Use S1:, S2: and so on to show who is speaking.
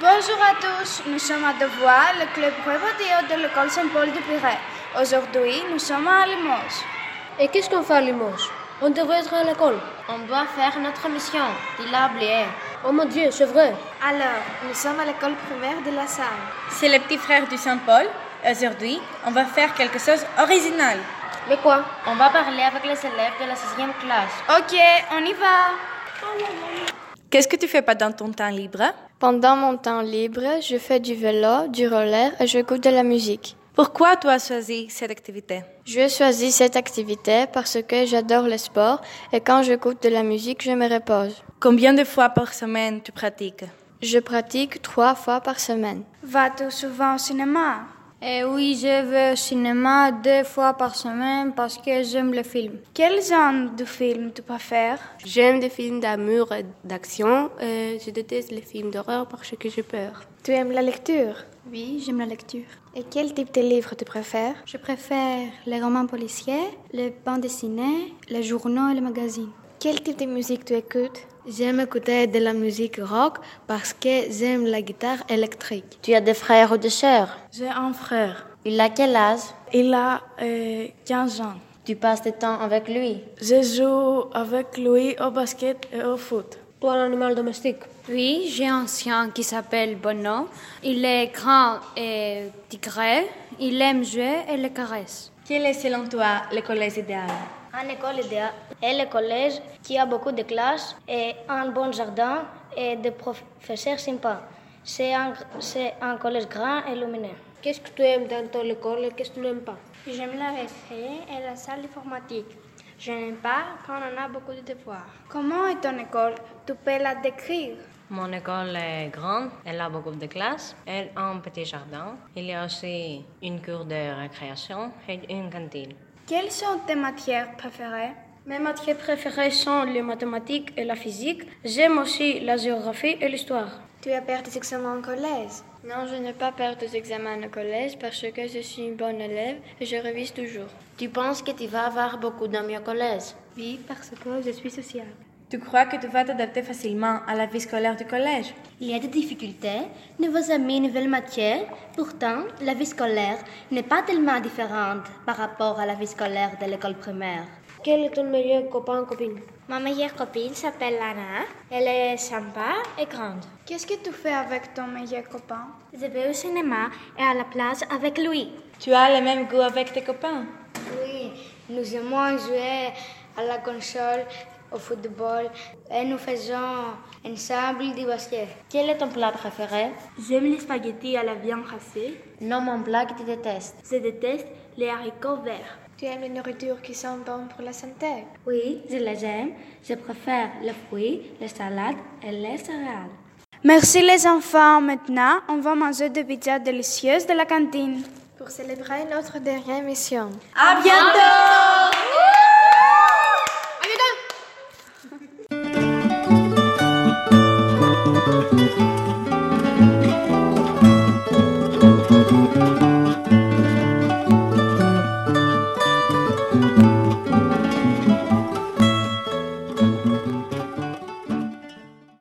S1: Bonjour à tous, nous sommes à Devoir, le club prévotéo de l'école Saint-Paul du Piret. Aujourd'hui, nous sommes à Limoges.
S2: Et qu'est-ce qu'on fait à Limoges On devrait être à l'école.
S3: On doit faire notre mission, dit la Blier.
S2: Oh mon Dieu, c'est vrai.
S1: Alors, nous sommes à l'école primaire de la Salle.
S4: C'est les petits frères du Saint-Paul. Aujourd'hui, on va faire quelque chose d'original.
S2: Mais quoi
S3: On va parler avec les élèves de la 6e classe.
S1: Ok, on y va.
S4: Qu'est-ce que tu fais pas dans ton temps libre
S5: Pendant mon temps libre, je fais du vélo, du roller et j'écoute de la musique.
S4: Pourquoi tu as choisi cette activité
S5: Je choisis cette activité parce que j'adore le sport et quand j'écoute de la musique, je me repose.
S4: Combien de fois par semaine tu pratiques
S5: Je pratique trois fois par semaine.
S1: Vas-tu souvent au cinéma Eh
S6: Et oui, je vais au cinéma deux fois par semaine parce que j'aime le film.
S1: Quel genre de film tu préfères
S7: J'aime des films d'amour et d'action. Euh, je déteste les films d'horreur parce que j'ai peur.
S8: Tu aimes la lecture
S9: Oui, j'aime la lecture.
S8: Et quel type de livre tu préfères
S9: Je préfère les romans policiers, les bandes dessinées, les journaux et les magazines.
S8: Quel type de musique tu écoutes
S10: J'aime écouter de la musique rock parce que j'aime la guitare électrique.
S3: Tu as des frères ou des sœurs
S11: J'ai un frère.
S3: Il a quel âge
S11: Il a euh, 15 ans.
S3: Tu passes du temps avec lui
S11: Je joue avec lui au basket et au foot.
S2: Toi, un animal domestique
S6: Oui, j'ai un chien qui s'appelle Bono. Il est grand et tigré. Il aime jouer et les caresses.
S4: Quel est selon toi le collège idéal
S12: une école idéale et le collège qui a beaucoup de classes et un bon jardin et des professeurs sympas. C'est un, un, collège grand et lumineux.
S2: Qu'est-ce que tu aimes dans ton école et qu'est-ce que tu n'aimes pas
S13: J'aime la récré et la salle informatique. Je n'aime pas quand on a beaucoup de devoirs.
S1: Comment est ton école Tu peux la décrire
S3: mon école est grande, elle a beaucoup de classes, elle a un petit jardin, il y a aussi une cour de récréation et une cantine.
S1: Quelles sont tes matières préférées
S14: Mes matières préférées sont les mathématiques et la physique. J'aime aussi la géographie et l'histoire.
S8: Tu as perdu tes examens au collège
S10: Non, je n'ai pas perdu des examens au collège parce que je suis une bonne élève et je révise toujours.
S3: Tu penses que tu vas avoir beaucoup d'amis au collège
S10: Oui, parce que je suis sociale.
S4: Tu crois que tu vas t'adapter facilement à la vie scolaire du collège
S15: Il y a des difficultés, nouveaux amis, nouvelles matières. Pourtant, la vie scolaire n'est pas tellement différente par rapport à la vie scolaire de l'école primaire.
S10: Quel est ton meilleur copain copine
S16: Ma meilleure copine s'appelle
S15: er
S16: Lana. Elle est sympa et grande.
S1: Qu'est-ce que tu fais avec ton meilleur copain
S16: Je vais au cinéma
S15: er
S16: et à la plage avec lui.
S4: Tu as le même goût avec tes copains
S17: Oui, nous aimons jouer à la console au football et nous faisons ensemble du basket.
S3: Quel est ton plat préféré
S18: J'aime les spaghettis à la viande racée.
S3: Non, mon plat que tu détestes.
S18: Je déteste les haricots verts.
S8: Tu aimes les nourritures qui sont bonnes pour la santé
S15: Oui, je les aime. Je préfère les fruits, les salades et les céréales.
S1: Merci les enfants. Maintenant, on va manger des pizzas délicieuses de la cantine.
S8: Pour célébrer notre dernière mission.
S4: À bientôt thank you